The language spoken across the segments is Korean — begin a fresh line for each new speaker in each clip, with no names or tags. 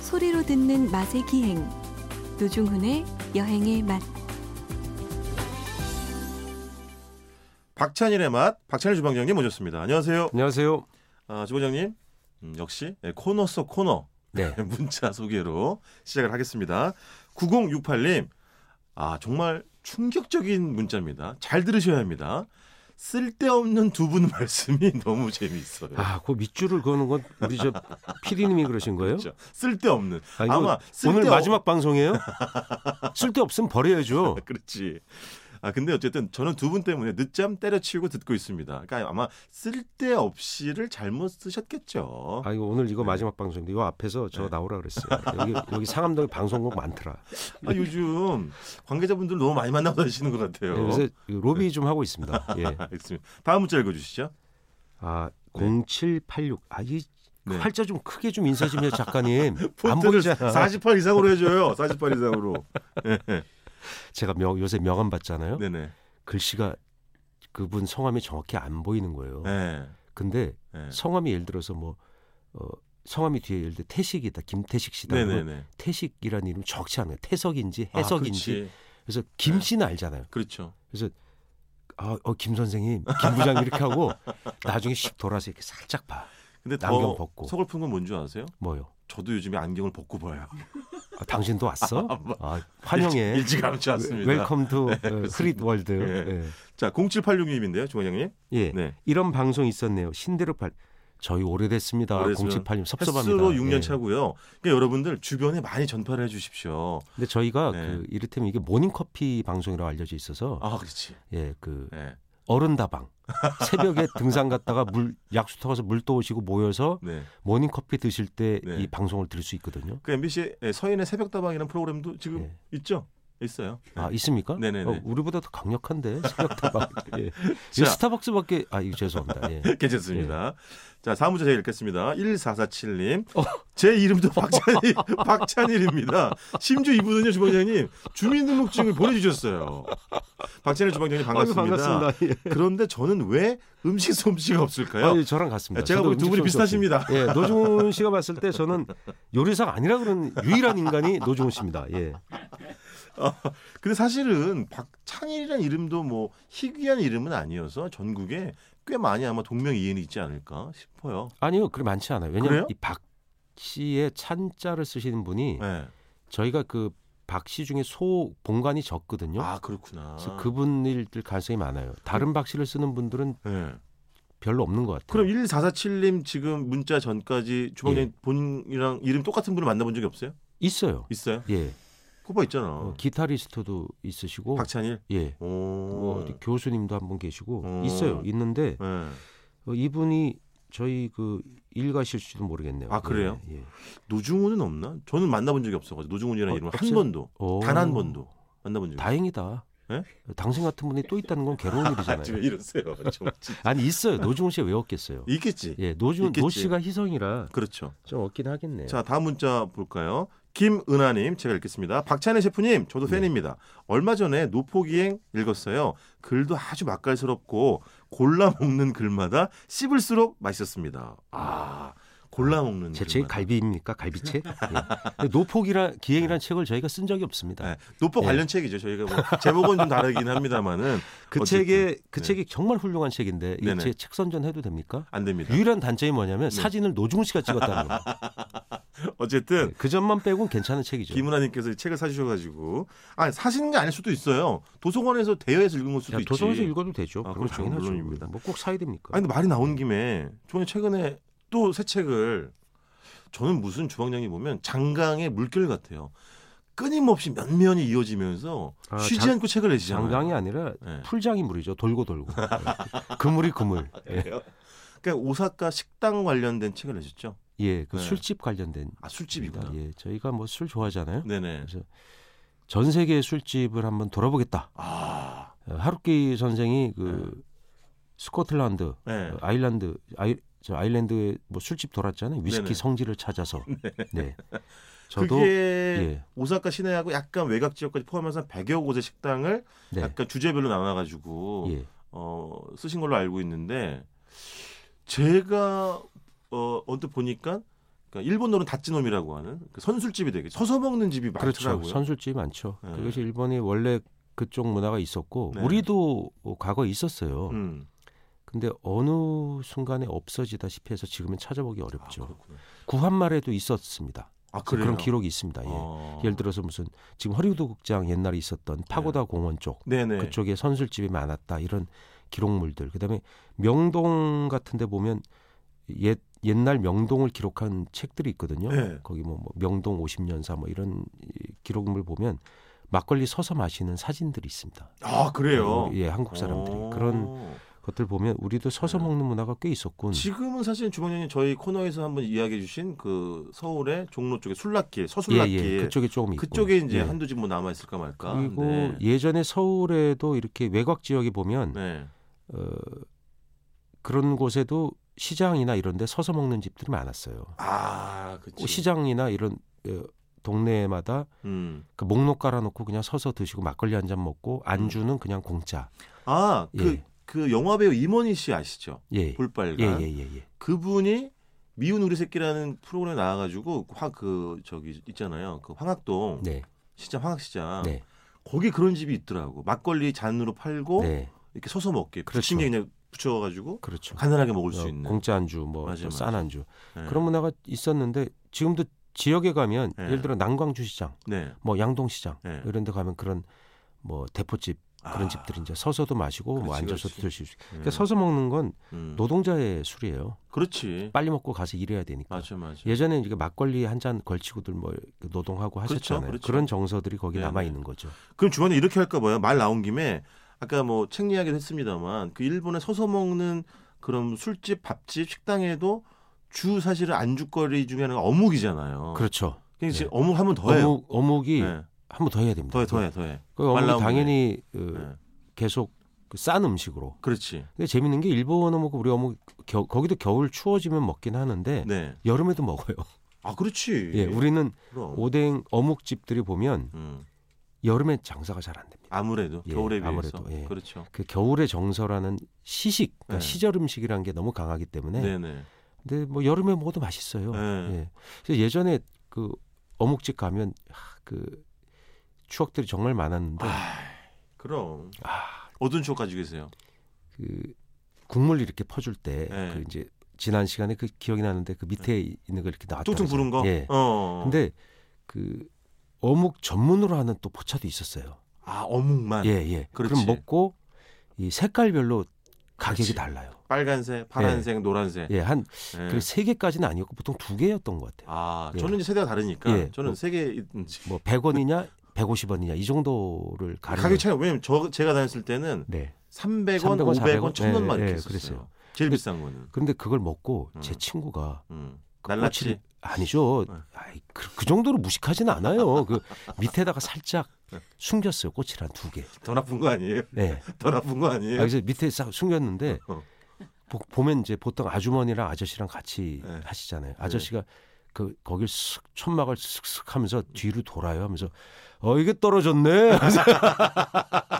소리로 듣는 맛의 기행 노중훈의 여행의 맛
박찬일의 맛, 박찬일 주방장님 모셨습니다. 안녕하세요.
안녕하세요.
아, 주방장님 음, 역시 예, 코너 속 코너
네.
문자 소개로 시작을 하겠습니다. 9068님, 아 정말 충격적인 문자입니다. 잘 들으셔야 합니다. 쓸데없는 두 분 말씀이 너무 재미있어요.
아, 그 밑줄을 그는 건 우리 저 피디님이 그러신 거예요?
그렇죠? 쓸데없는
아, 이거
아마
오늘
쓸데없-
마지막 방송이에요? 쓸데 없으면 버려야죠.
그렇지. 아 근데 어쨌든 저는 두 분 때문에 늦잠 때려치우고 듣고 있습니다. 그러니까 아마 쓸데없이를 잘못 쓰셨겠죠.
아, 이거 오늘 이거 마지막 방송인데 이거 앞에서 저
네.
나오라 그랬어요. 여기 여기 상암동 방송국 많더라.
아, 요즘 관계자분들 너무 많이 만나고 다니시는 것 같아요.
네, 요새 로비 좀 하고 있습니다. 예.
알겠습니다. 다음 문자 읽어주시죠.
아, 0786. 아, 이
네.
활자 좀 크게 좀 인쇄 좀 해요, 작가님. 안
폰트를
보이잖아.
48 이상으로 해줘요. 48 이상으로.
제가 명, 요새 명함 받잖아요.
네네.
글씨가 그분 성함이 정확히 안 보이는 거예요.
네.
근데
네.
성함이 예를 들어서 뭐 어, 성함이 뒤에 예를 들어 태식이다 김태식 씨다 그러면
네네네.
태식이라는 이름 적지 않아요 태석인지
아,
해석인지
그렇지. 네.
그래서 김 씨는 알잖아요
그렇죠.
그래서 아, 어, 김 선생님 김 부장 이렇게 하고 나중에 씩 돌아서 이렇게 살짝 봐
근데
안경
더
벗고.
서글픈 건 뭔지 아세요?
뭐요
저도 요즘에 안경을 벗고 봐요.
아, 당신도 왔어 아, 환영해 어,
일찍, 일찌감치 왔습니다. 네,
웰컴 투 흐릿 월드
예. 자, 0786님인데요, 중원장님.
예
네.
이런 방송 있었네요 신대륙 팔 저희 오래됐습니다
오래됐으면
0786 섭섭합니다
횟수로 6년
예.
차고요. 그러니까 여러분들 주변에 많이 전파를 해주십시오.
근데 저희가
네.
그 이를테면 이게 모닝커피 방송이라고 알려져 있어서
아, 그렇지.
예, 그
네.
어른 다방 새벽에 등산 갔다가 물 약수 타고서 물 떠오시고 모여서
네.
모닝커피 드실 때 이
네.
방송을 들을 수 있거든요.
그 MBC 의 서인의 새벽다방이라는 프로그램도 지금
예.
있죠? 있어요.
아 있습니까?
네네네.
어, 우리보다 더 강력한데 새벽 다방. 예.
자.
이 스타벅스밖에 아 이거 죄송합니다. 예.
괜찮습니다. 자, 사무자 제가 읽겠습니다. 1447님.
어.
제 이름도 박찬일, 박찬일입니다. 심지어 이분은요, 주방장님, 주민등록증을 보내주셨어요. 박찬일 주방장님 반갑습니다.
아이고, 반갑습니다. 예.
그런데 저는 왜 음식 솜씨가 없을까요?
아니, 저랑 같습니다.
네, 어, 제가
저도
보기엔 두 분이
음식 솜씨
비슷하십니다.
없어요. 예, 노중훈 씨가 봤을 때 저는 요리사가 아니라 그런 유일한 인간이 노중훈 씨입니다. 예.
어, 근데 사실은 박찬일이라는 이름도 뭐 희귀한 이름은 아니어서 전국에 꽤 많이 아마 동명이인이 있지 않을까 싶어요.
아니요, 그리 많지 않아요.
그래요?
왜냐하면 이 박 씨의 찬자를 쓰시는 분이
네.
저희가 그 박씨 중에 소 본관이 적거든요.
아 그렇구나.
그래서 그분일 가능성이 많아요. 다른 박씨를 쓰는 분들은
네.
별로 없는 것 같아요.
그럼 1447님 지금 문자 전까지 주방장님
예.
본이랑 이름 똑같은 분을 만나본 적이 없어요?
있어요.
있어요?
예,
후보 있잖아. 어.
어, 기타리스트도 있으시고,
박찬일.
예,
오.
뭐 어디 교수님도 한 분 계시고
어.
있어요. 있는데
네.
어, 이분이 저희 그 일가실지도 모르겠네요.
아, 그래요?
예, 예.
노중훈은 없나? 저는 만나본 적이 없어가지고 노중훈이라는
어,
이름 한
없어요?
번도
오.
단 한 번도 만나본 적이
다행이다.
예?
당신 같은 분이 또 있다는 건 괴로운
없어요. 지금
일이잖아요.
이러세요. 좀 진짜.
아니 있어요. 노중훈 씨왜 없겠어요?
있겠지.
예, 노중 노
있겠지.
씨가 희성이라
그렇죠.
좀 없긴 하겠네요.
자 다음 문자 볼까요? 김은하님 제가 읽겠습니다. 박찬일 셰프님 저도
네.
팬입니다. 얼마 전에 노포기행 읽었어요. 글도 아주 맛깔스럽고 골라 먹는 글마다 씹을수록 맛있었습니다. 아 골라 먹는
제 책이
글마다.
갈비입니까? 갈비채? 예. 근데 노폭이라 기행이라는 책을 저희가 쓴 적이 없습니다.
네, 노포
예.
관련 책이죠. 저희가 뭐 제목은 좀 다르긴 합니다만은
그
어쨌든,
책에 그
네.
책이 정말 훌륭한 책인데 이게
네네. 네.
제책 선전 해도 됩니까?
안 됩니다.
유일한 단점이 뭐냐면 사진을 노중훈 씨가 찍었다는 거.
어쨌든
네, 그 점만 빼고는 괜찮은 책이죠.
김은하님께서 이 책을 사주셔가지고 아 사신 게 아닐 수도 있어요. 도서관에서 대여해서 읽은 걸 수도
야,
있지.
도서관에서 읽어도 되죠.
아,
그건
그렇죠.
당연하죠.
물론입니다.
뭐꼭 사야 됩니까?
아니 근데 말이 나온 김에 주방장 최근에 또 새 책을 저는 무슨 주방장이 보면 장강의 물결 같아요. 끊임없이 몇 면이 이어지면서
아,
쉬지
장-
않고 책을 내시잖아요.
장강이 아니라
네.
풀장이 물이죠. 돌고 돌고. 예. 그물이 그물.
네.
예,
그러니까 오사카 식당 관련된 책을 내셨죠.
예, 그
네.
술집 관련된.
아 술집이구나.
예, 저희가 뭐 술 좋아하잖아요.
네네.
그래서 전 세계의 술집을 한번 돌아보겠다.
아,
어, 하루키 선생이 그 스코틀란드,
네.
어, 아일랜드, 아이, 저 아일랜드에 뭐 술집 돌았잖아요. 위스키
네네.
성지를 찾아서. 네. 저도
그게
예.
오사카 시내하고 약간 외곽 지역까지 포함해서 한 100여 곳의 식당을
네.
약간 주제별로 나눠가지고
예.
어, 쓰신 걸로 알고 있는데 제가 어, 언뜻 보니까 그러니까 일본어로는 다찌놈이라고 하는 그 선술집이 되게 서서 먹는 집이 많더라고요.
그렇죠. 선술집이 많죠.
네.
그것이 일본이 원래 그쪽 문화가 있었고
네.
우리도 어, 과거에 있었어요.
음.
근데 어느 순간에 없어지다시피 해서 지금은 찾아보기
아,
어렵죠.
그렇구나.
구한말에도 있었습니다.
아, 그래요?
그런 기록이 있습니다. 예.
아.
예를 들어서 무슨 지금 허리우드 극장 옛날에
네.
있었던 파고다 공원 쪽
네네.
그쪽에 선술집이 많았다 이런 기록물들 그다음에 명동 같은 데 보면 옛 옛날 명동을 기록한 책들이 있거든요.
네.
거기 뭐, 뭐 명동 50년사 뭐 이런 이 기록물 보면 막걸리 서서 마시는 사진들이 있습니다.
아 그래요.
예, 한국 사람들이
어.
그런 음. 것들 보면 우리도 서서
네.
먹는 문화가 꽤 있었군.
지금은 사실 주방장님 저희 코너에서 한번 이야기해 주신 그 서울의 종로 쪽에 술락길, 서술락길
예, 그쪽에 조금 있고.
그쪽에 이제
예.
한두 집 뭐 남아 있을까 말까.
그리고
네.
예전에 서울에도 이렇게 외곽 지역에 보면
네.
어, 그런 곳에도 시장이나 이런데 서서 먹는 집들이 많았어요. 뭐
아, 그치.
시장이나 이런 어, 동네마다
음.
그 목록 깔아놓고 그냥 서서 드시고 막걸리 한 잔 먹고 안주는 그냥 공짜.
아, 그 그
예.
영화 배우 임원희 씨 아시죠?
예.
볼빨간.
예, 예, 예, 예.
그분이 미운 우리 새끼라는 프로그램에 나와가지고 화그 저기 있잖아요. 그 황학동
네.
시장 황학시장
네.
거기 그런 집이 있더라고. 막걸리 잔으로 팔고
네.
이렇게 서서 먹게
그렇죠.
부침개 그냥 붙여가지고
그렇죠.
간단하게 먹을
어,
수 있는
공짜 안주 뭐
맞아요,
싼
맞아요.
안주.
네.
그런 문화가 있었는데 지금도 지역에 가면
네.
예를 들어 난광주 시장,
네.
뭐 양동 시장
네.
이런 데 가면 그런 뭐 대포집 그런
아,
집들이 이제 서서도 마시고 뭐
그렇지,
앉아서도
그렇지.
드실 수 있고.
예.
그러니까 서서 먹는 건
음.
노동자의 술이에요.
그렇지.
빨리 먹고 가서 일해야 되니까.
맞아 맞아.
예전에 이게 막걸리 한 잔 걸치고들 뭐 노동하고
그렇죠,
하셨잖아요.
그렇죠.
그런 정서들이 거기
네,
남아
네.
있는 거죠.
그럼 주원이 이렇게 할까 봐요. 말 나온 김에 아까 뭐 책 이야기도 했습니다만 그 일본에 서서 먹는 그런 술집, 밥집, 식당에도 주 사실은 안주거리 중에 하나가 어묵이잖아요.
그렇죠.
그러니까 지금
네.
어묵 한 번 더 해요.
어묵 어묵이
네.
한 번 더 해야 됩니다.
더해 더해 더해.
그 어묵이
말라오면
당연히 어,
네.
계속 그싼 음식으로.
그렇지.
근데 재밌는 게 일본 어묵 우리 어묵 겨- 거기도 겨울 추워지면 먹긴 하는데
네.
여름에도 먹어요.
아 그렇지.
예, 우리는
그럼.
오뎅 어묵 집들이 보면
음.
여름에 장사가 잘 안 됩니다.
아무래도
예,
겨울에 비해서
아무래도, 예.
그렇죠.
그 겨울의 정서라는 시식, 그러니까
네.
시절 음식이라는 게 너무 강하기 때문에
네, 네.
근데 뭐 여름에 먹어도 맛있어요.
네.
예. 그래서 예전에 그 어묵집 가면 하, 그 추억들이 정말 많았는데
아, 그럼
아,
어떤 추억 가지고 계세요?
그 국물 이렇게 퍼줄 때 그
네.
이제 지난 시간에 그 기억이 나는데 그 밑에 있는 거 이렇게 나왔다.
뚱뚱
그래서.
부른 거.
예.
어.
근데 그 어묵 전문으로 하는 또 포차도 있었어요.
아 어묵만.
예, 예. 그
그렇지.
럼 먹고 이 색깔별로 가격이
그렇지.
달라요.
빨간색, 파란색, 노란색.
예, 한
예.
그 세 개까지는 아니었고 보통 두 개였던 것 같아요.
아,
예.
저는 이제 세대가 다르니까
예.
저는
뭐-
세계 있는지
뭐 100원이냐 150원이냐 이 정도를 가르는
가격 차이 왜냐면 저 제가 다녔을 때는
네.
300원,
500원,
500원, 1000원 막
예,
이렇게
예,
했었어요.
그랬어요.
제일
근데-
비싼 거는.
그런데 그걸 먹고 제
음.
친구가
음.
그
날라치.
꼬치를- 아니죠.
네.
아이, 그, 그 정도로 무식하진 않아요. 그 밑에다가 살짝
네.
숨겼어요. 꼬치를 한 두 개.
더 나쁜 거 아니에요?
네.
더 나쁜 거 아니에요?
아, 그래서 밑에 싹 숨겼는데
예. 어.
보, 보면 이제 보통 아주머니랑 아저씨랑 같이
네.
하시잖아요. 아저씨가 그 거길 쓱 천막을 쓱쓱 하면서 뒤로 돌아요 하면서 어 이게 떨어졌네 하면서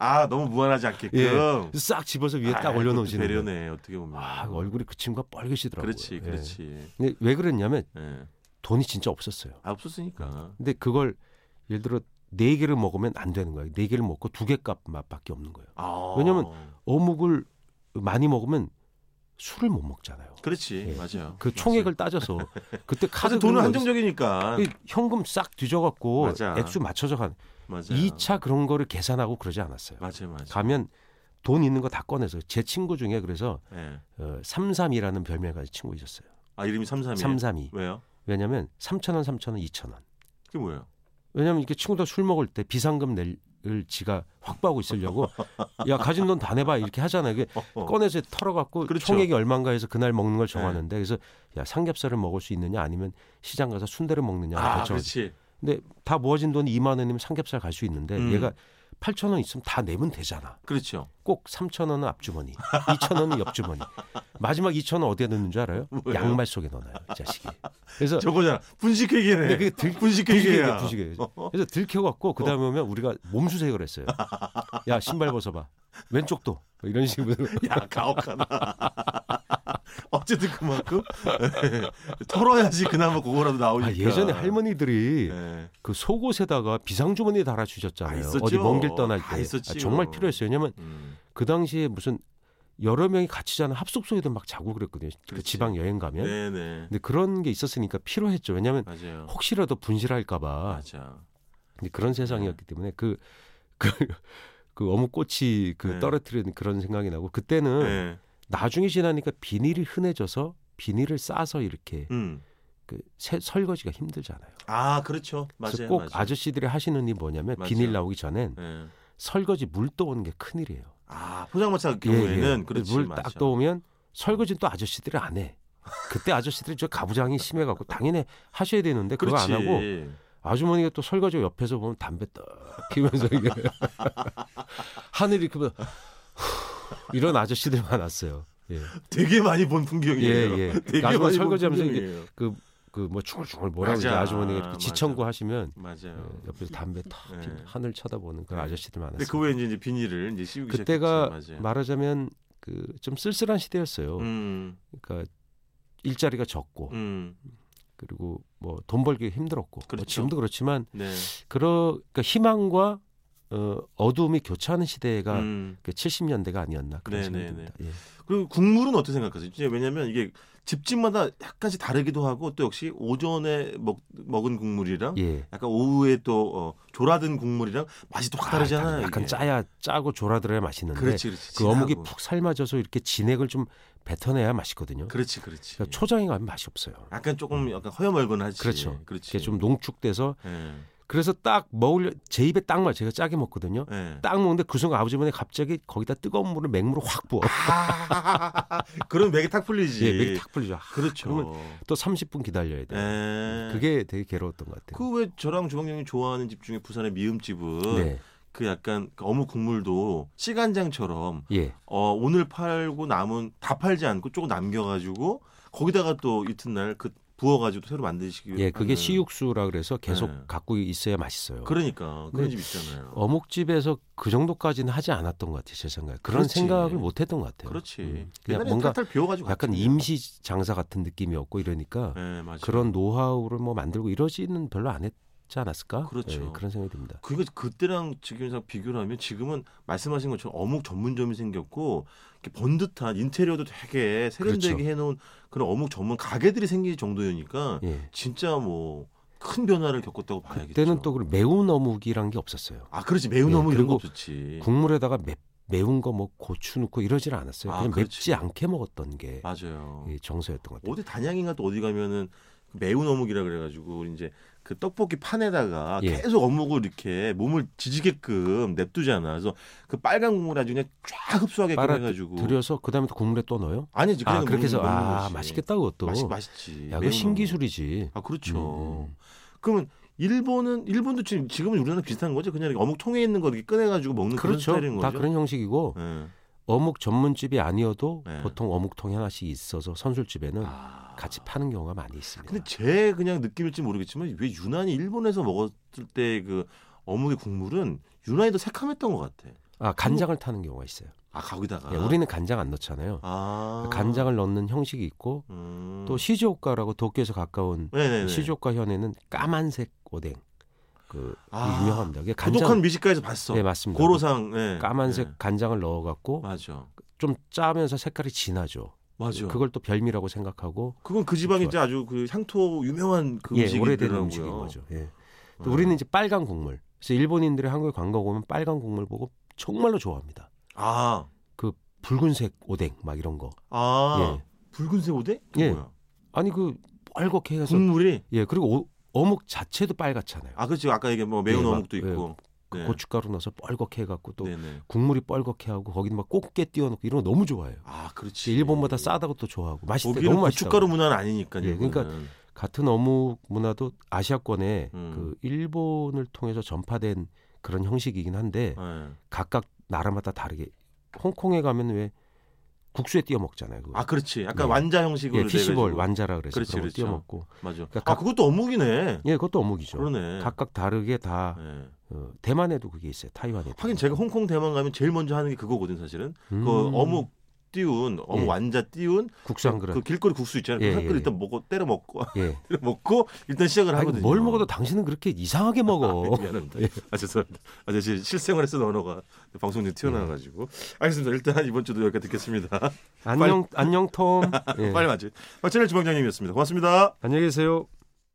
아, 너무 무한하지 않게끔.
예. 싹 집어서 위에
아,
딱
그것도
올려놓으시는 거예요.
배려네 어떻게 보면.
아 얼굴이 그 친구가 빨개지더라고요.
그렇지,
예.
그렇지.
근데 왜 그랬냐면
예.
돈이 진짜 없었어요.
아, 없었으니까.
근데 그걸 예를 들어 네 개를 먹으면 안 되는 거예요. 네 개를 먹고 두 개 값 맛밖에 없는 거예요.
아.
왜냐면- 어묵을 많이 먹으면 술을 못 먹잖아요.
그렇지.
예.
맞아요.
그 총액을 따져서 그때 카드
사실 돈은
그런 거
한정적이니까.
어디- 그 현금 싹 뒤져갖고
맞아.
액수 맞춰서 간
맞아.
2차 그런 거를 계산하고 그러지 않았어요.
맞아, 맞아.
가면 돈 있는 거 다 꺼내서 제 친구 중에 그래서
예.
어, 33이라는 별명 가진 친구 있었어요.
아, 이름이 33이에요.
33이.
왜요?
왜냐면 3,000원, 3,000원, 2,000원.
그게 뭐예요?
왜냐면 이렇게 친구들 술 먹을 때 비상금 낼을 지가 확보하고 있으려고 야 가진 돈 다 내봐 이렇게 하잖아요. 이게
어, 어.
꺼내서 털어갖고
그렇죠. 네.
총액이 얼마인가 해서 그날 먹는 걸 정하는데 그래서 야 삼겹살을 먹을 수 있느냐 아니면 시장 가서 순대를 먹느냐
아,
결정.
그렇지.
근데 다 모아진 돈이 2만 원이면 삼겹살 갈 수 있는데
음.
얘가 8천 원 있으면 다 내면 되잖아.
그렇죠.
꼭 3천 원은 앞주머니, 2천 원은 옆주머니. 마지막 2천 원 어디에 넣는 줄 알아요?
뭐예요?
양말 속에 넣어놔요, 이 자식이. 그래서
저거잖아. 분식회계네.
그러니까 근데 그게 들,
분식회계야. 어,
분식회계. 그래서 들켜갖고 그 다음에 오면 우리가 몸수색을 했어요. 야 신발 벗어봐. 왼쪽도 뭐 이런 식으로.
야 가혹하다. 어쨌든 그만큼 예. 털어야지 그나마 그거라도 나오니까.
아, 예전에 할머니들이
네.
그 속옷에다가 비상주머니에
아,
달아주셨잖아요.
있었죠.
어디 먼 길 떠날
아,
때.
있었지요.
정말 필요했어요. 왜냐면
음,
그 당시에 무슨 여러 명이 같이 자는 합숙소에도 막 자고 그랬거든요. 그
그렇지.
지방 여행 가면.
네네.
근데 그런 게 있었으니까 필요했죠. 왜냐면
맞아요.
혹시라도 분실할까봐.
맞아. 네.
근데 그런 세상이었기 때문에 그, 그, 그 어묵꼬치 그
네.
떨어뜨리는 그런 생각이 나고 그때는
네.
나중에 지나니까 비닐이 흔해져서 비닐을 싸서 이렇게
음.
그 세- 설거지가 힘들잖아요.
아 그렇죠.
그래서
맞아요.
꼭
맞아요.
저씨들이 하시는 일이 뭐냐면
맞아요.
비닐 나오기 전엔
네.
설거지 물 떠오는 게 큰일이에요. 예,
아 포장마차 경우에는 그렇지 맞아.
물딱 떠오면 설거지는 또 아저씨들이 안 해. 그때 아저씨들이 저 가부장이 심해갖고 당연히 하셔야 되는데 그거
그렇지.
안 하고 아주머니가 또 설거지 옆에서 보면 담배 딱 피면서 이게 하늘이 크면 이런 아저씨들 많았어요. 예.
되게 많이 본 풍경이에요.
예, 예.
되게
나중에
많이
설거지하면서
본
이게-
풍경이에요.
그그뭐 중얼중얼 뭐라고 이제
맞아.
아주머니가 이렇게
맞아. 네.
지청구 하시면
맞아요.
예, 옆에서 담배 탁 피면
예.
하늘 쳐다보는 그런
예.
아저씨들
근데
많았어요.
그 후에 이제, 이제 비닐을 이제 씌우기
그때가
시작했죠. 맞아요.
말하자면 그 좀 쓸쓸한 시대였어요.
음,
그러니까 일자리가 적고
음,
그리고 뭐 돈 벌기 힘들었고 뭐
그렇죠.
지금도 그렇지만
네.
그러 그러니까 희망과 어, 어둠이 교차하는 시대가
음.
그 70년대가 아니었나 그런
네,
생각이
네,
듭니다. 예.
그리고 국물은 어떻게 생각하세요? 이제 왜냐면 이게 집집마다 약간씩 다르기도 하고 또 역시 오전에 먹, 먹은 국물이랑
예.
약간 오후에 또 어, 졸아든 국물이랑 맛이 또 확 다르잖아요.
아, 약간
이게. 그렇죠.
짜야 짜고 졸아들어야 맛있는데
그렇지, 그렇지.
그 어묵이
진하고.
푹 삶아져서 이렇게 진액을 좀 뱉어내야 맛있거든요.
그렇지, 그렇지.
그러니까 초장에 가면 맛이 없어요.
약간 조금 약간 허여멀건하지.
그렇죠.
그렇지.
이게 좀 농축돼서
예,
그래서 딱 먹을 제 입에 딱 맞아. 제가 짜게 먹거든요.
예.
딱 먹는데 그 순간 아버지분이 갑자기 거기다 뜨거운 물을 맹물을 확 부어.
아, 그럼 맥이 탁 풀리지.
예, 맥이 탁 풀리죠. 아,
그렇죠.
그러면 또 30분 기다려야 돼. 요
예.
그게 되게 괴로웠던 것 같아요.
그 왜 저랑 주방장님 좋아하는 집 중에 부산의 미음집은
네.
그 약간 그 어묵 국물도 시간장처럼
예.
어, 오늘 팔고 남은 다 팔지 않고 조금 남겨가지고 거기다가 또 이튿날 그 부어가지고 새로 만드시기
예, 그게
하는.
시육수라 그래서 계속
네.
갖고 있어야 맛있어요.
그러니까 그런
네.
집 있잖아요.
어묵집에서 그 정도까지는 하지 않았던 것 같아요, 제 생각에. 그런
그렇지.
생각을 못 했던 것 같아요.
그렇지. 그러니까
음, 그냥
옛날에
뭔가
탈탈 비워가지고
약간
갔잖아요.
임시 장사 같은 느낌이었고 이러니까
예, 맞아요.
그런 노하우를 뭐 만들고 이러지는 별로 안 했지 않았을까?
그렇죠.
예, 그런 생각이 듭니다.
그러니까 그때랑 지금이랑 비교를 하면 지금은 말씀하신 것처럼 어묵 전문점이 생겼고 이렇게 번듯한 인테리어도 되게 세련되게
그렇죠.
해놓은 그런 어묵 전문 가게들이 생길 정도니까
예.
진짜 뭐 큰 변화를 겪었다고 봐야겠죠.
그때는 또 그런 매운 어묵이란 게 없었어요.
아 그렇지 매운
예,
어묵 이런 거
그리고
없었지.
국물에다가 매, 매운 거 뭐 고추 넣고 이러질 않았어요.
아,
그냥
그렇지.
맵지 않게 먹었던 게
맞아요. 어.
예, 정서였던 것 같아요.
어디 단양인가 또 어디 가면은 그 매운 어묵이라 그래가지고 이제 그 떡볶이 판에다가
예.
계속 어묵을 이렇게 몸을 지지게끔 냅두잖아. 그래서 그 빨간 국물 아주 그냥 쫙 흡수하게끔
빨아
해가지고
들여서 그다음에 또 국물에 또 넣어요?
아니지
아
그냥
그렇게 해서
먹는
아
거지.
맛있겠다 그것도
맛있 맛있지.
야
매운
그
어묵.
신기술이지
아 그렇죠.
음, 음.
그러면 일본은 일본도 지금 지금은 우리나라 비슷한 거죠. 그냥 이렇게 어묵 통에 있는 거 이렇게 꺼내가지고 먹는
그렇죠
그런 스타일인
다
거죠.
그런 형식이고
예.
어묵 전문집이 아니어도
네.
보통 어묵통이 하나씩 있어서 선술집에는
아.
같이 파는 경우가 많이 있습니다
근데 제 그냥 느낌일지 모르겠지만 왜 유난히 일본에서 먹었을 때 그 어묵의 국물은 유난히 더 새카맸던 것 같아.
아 간장을 타는 경우가 있어요
아 거기다가
예, 우리는 간장 안 넣잖아요
아
간장을 넣는 형식이 있고
음.
또 시즈오카라고 도쿄에서 가까운
네네네.
시즈오카 현에는 까만색 오뎅 그
아,
유명합니다 그게
고독한 미식가에서 봤어.
네 맞습니다 그
고로상 네.
까만색
네.
간장을 넣어갖고
맞아
좀 짜면서 색깔이 진하죠.
맞아. 그건,
그걸 또 별미라고 생각하고
그 지방이 이제 아주 그 향토 유명한 그
예,
음식이 네.
오래된 음식인 거죠. 예. 또 우리는 이제 빨간 국물. 그래서 일본인들이 한국에 관광 오면 빨간 국물 보고 정말로 좋아합니다.
아아
붉은색 오뎅 막 이런 거.
아. 붉은색 오뎅? 또
예.
뭐야?
아니 그 빨갛게 해서
국물이
예 그리고 오- 어묵 자체도 빨갛잖아요.
아 그렇죠. 아까 이게 뭐 매운
예, 막,
어묵도 있고
그
네.
고춧가루 넣어서 빨갛게 해갖고 또
네네.
국물이 빨갛게 하고 거기 막 꽃게 띄워놓고 이런 거 너무 좋아해요.
아 그렇지.
일본보다 싸다고 또 좋아하고 맛있대
거기는
너무 맛있다.
고춧가루 문화는 아니니까요.
예, 그러니까
이거는.
같은 어묵 문화도 아시아권에
음.
그 일본을 통해서 전파된 그런 형식이긴 한데
예.
각각 나라마다 다르게 홍콩에 가면 왜 국수에 뛰어 먹잖아요. 그거.
아 그렇지. 약간
예.
완자 형식으로
예, 피시볼
돼가지고.
완자라 그래서
그렇지,
그런 걸
그렇죠.
뛰어 먹고.
맞아.
그러니까
아
각-
그것도 어묵이네.
예, 그것도 어묵이죠.
그러네.
각각 다르게 다
예.
어, 대만에도 그게 있어요. 타이완에도.
하긴 제가 홍콩 대만 가면 제일 먼저 하는 게 그거거든 사실은.
음.
그 어묵 띄운 어묵
예.
완자 띄운
국수 한 그릇.
그 길거리 국수 있잖아요.
예,
그 한글
예.
일단 먹고 때려 먹고
예.
때려 먹고 일단 시작을
아니,
하거든요.
뭘 먹어도 당신은 그렇게 이상하게 먹어.
아,
예.
미안합니다. 아 죄송합니다. 아 제가 실생활에서 언어가 방송 중에
예.
튀어나와가지고 알겠습니다. 일단 이번 주도 여기까지 듣겠습니다.
안녕 안녕 톰. 예.
빨리 맞지. 박찬일 주방장님이었습니다. 고맙습니다.
안녕히 계세요.